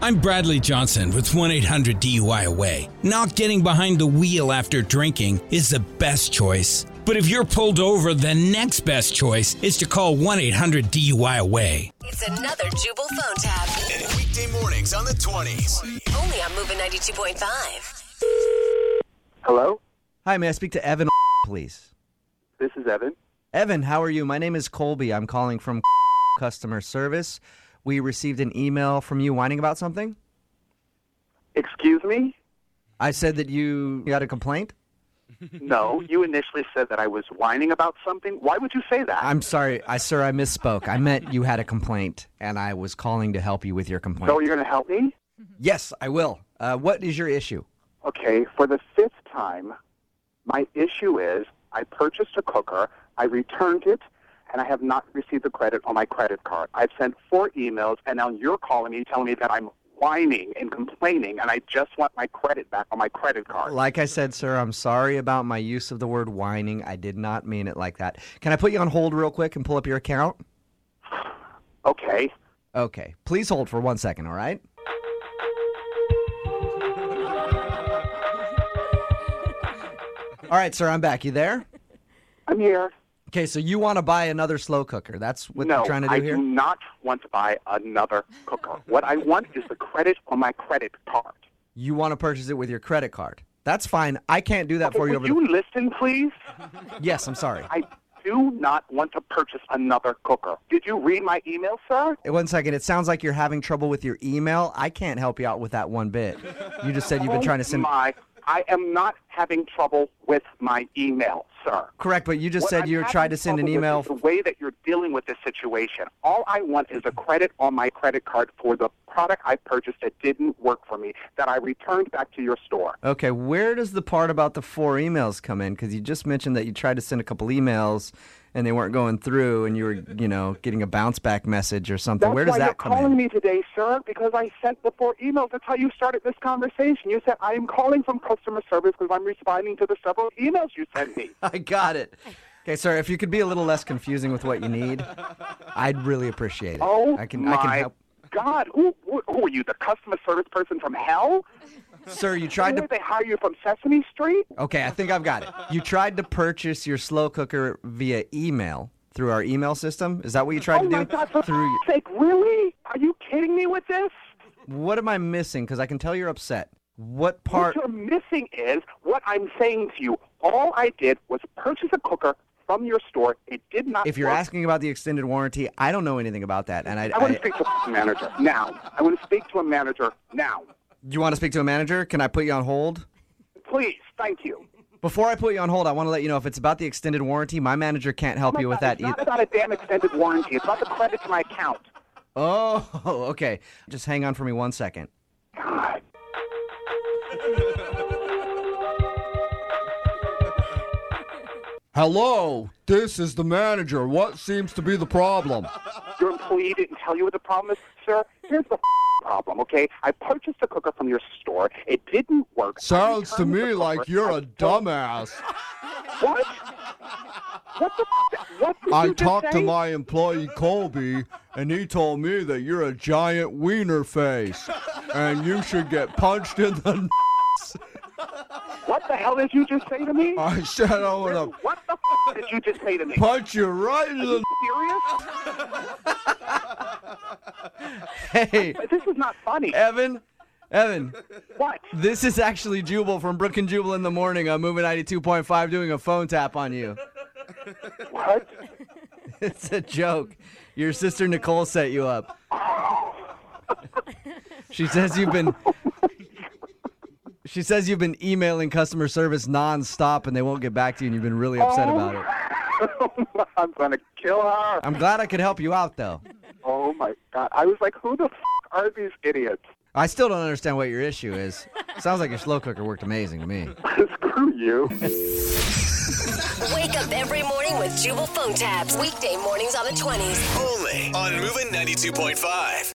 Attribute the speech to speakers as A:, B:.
A: I'm Bradley Johnson with 1 800 DUI Away. Not getting behind the wheel after drinking is the best choice. But if you're pulled over, the next best choice is to call 1 800 DUI Away.
B: It's another Jubal phone tab.
C: Weekday mornings on the 20s.
B: Only on Moving 92.5.
D: Hello,
E: Hi, may I speak to Evan, please?
D: this is Evan.
E: Evan, how are you? My name is Colby. I'm calling from customer service. We received an email from you whining about something.
D: Excuse me?
E: I said that you got a complaint.
D: No, you initially said that I was whining about something. Why would you say that?
E: I'm sorry, I sir, I misspoke. I meant you had a complaint, and I was calling to help you with your complaint.
D: so you're going to help me?
E: yes, I will. Uh, what is your issue?
D: Okay, for the fifth time, my issue is I purchased a cooker, I returned it, and I have not received the credit on my credit card. I've sent four emails, and now you're calling me telling me that I'm whining and complaining, and I just want my credit back on my credit card.
E: Like I said, sir, I'm sorry about my use of the word whining. I did not mean it like that. Can I put you on hold real quick and pull up your account?
D: Okay.
E: Okay. Please hold for one second, all right? All right, sir, I'm back. You there?
D: I'm here.
E: Okay, so you want to buy another slow cooker. That's what
D: no,
E: you're trying to do
D: I
E: here?
D: do not want to buy another cooker. what I want is the credit on my credit card.
E: You want to purchase it with your credit card. That's fine. I can't do that for you
D: Would
E: over
D: you listen, please?
E: the Yes, I'm sorry.
D: I do not want to purchase another cooker. Did you read my email, sir?
E: One second. It sounds like you're having trouble with your email. I can't help you out with that one bit. You just said you've been trying to send
D: Oh My, I am not having trouble with my email, sir.
E: Correct, but you just
D: What
E: said
D: I'm
E: you tried to
D: having
E: send an
D: trouble with
E: email.
D: is The way that you're dealing with this situation, all I want is a credit on my credit card for the product I purchased that didn't work for me, that I returned back to your store.
E: Okay, where does the part about the four emails come in? Because you just mentioned that you tried to send a couple emails and they weren't going through, and you were, you know, getting a bounce back message or something.
D: That's
E: where does
D: why
E: that
D: you're
E: come
D: calling
E: in?
D: me today, sir, because I sent the four emails. That's how you started this conversation. You said, I am calling from customer service because I'm responding to the several emails you sent me.
E: I got it. Okay, sir, if you could be a little less confusing with what you need, I'd really appreciate it.
D: Oh,
E: I can,
D: my
E: I can help.
D: God. Who, who, who are you, the customer service person from hell?
E: Sir, you
D: Why
E: tried to.
D: did they hire you from Sesame Street?
E: Okay, I think I've got it. You tried to purchase your slow cooker via email through our email system. Is that what you tried
D: oh,
E: to do?
D: my God, for
E: through.
D: f- sake, really? Are you kidding me with this?
E: What am I missing? Because I can tell you're upset. What part?
D: What you're missing is what I'm saying to you. All I did was purchase a cooker from your store. It did not
E: if you're
D: work.
E: asking about the extended warranty, I don't know anything about that. And I,
D: I want
E: I-
D: to speak to a manager now. I want to speak to a manager now.
E: you want to speak to a manager? Can I put you on hold?
D: Please, thank you.
E: Before I put you on hold, I want to let you know if it's about the extended warranty, my manager can't help you with
D: Oh God,
E: that e-
D: it's not about
E: either.
D: a damn extended warranty. It's about the credit to my account.
E: Oh, okay. Just hang on for me one second.
D: God.
E: Hello, this is the manager. What seems to be the problem?
D: Your employee didn't tell you what the problem is, sir. Here's the problem, okay? I purchased a cooker from your store. It didn't work. I returned the cooker. I don't-
E: dumbass.
D: What? What the? f- What did you just say?
E: employee Colby, and he told me that you're a giant wiener face, and you should get punched in the.
D: What the hell did you just say to me?
E: I said "Oh, I want to
D: what the f- did you just say to me?
E: punch you right in the.
D: Serious?
E: Hey,
D: This is not funny.
E: Evan, Evan,
D: What?
E: this is actually Jubal from Brook and Jubal in the morning on Moving 92.5 doing a phone tap on you.
D: What?
E: It's a joke. Your sister Nicole set you up. She says you've been. She says you've been emailing customer service nonstop and they won't get back to you and you've been really upset about it.
D: Oh I'm gonna kill her.
E: I'm glad I could help you out though.
D: Oh my god! I was like, who the f- are these idiots?
E: I still don't understand what your issue is. Sounds like your slow cooker worked amazing to me.
D: Screw you.
B: Wake up every morning with Jubal phone tabs. Weekday mornings on the 20s.
C: Only on Moving 92.5.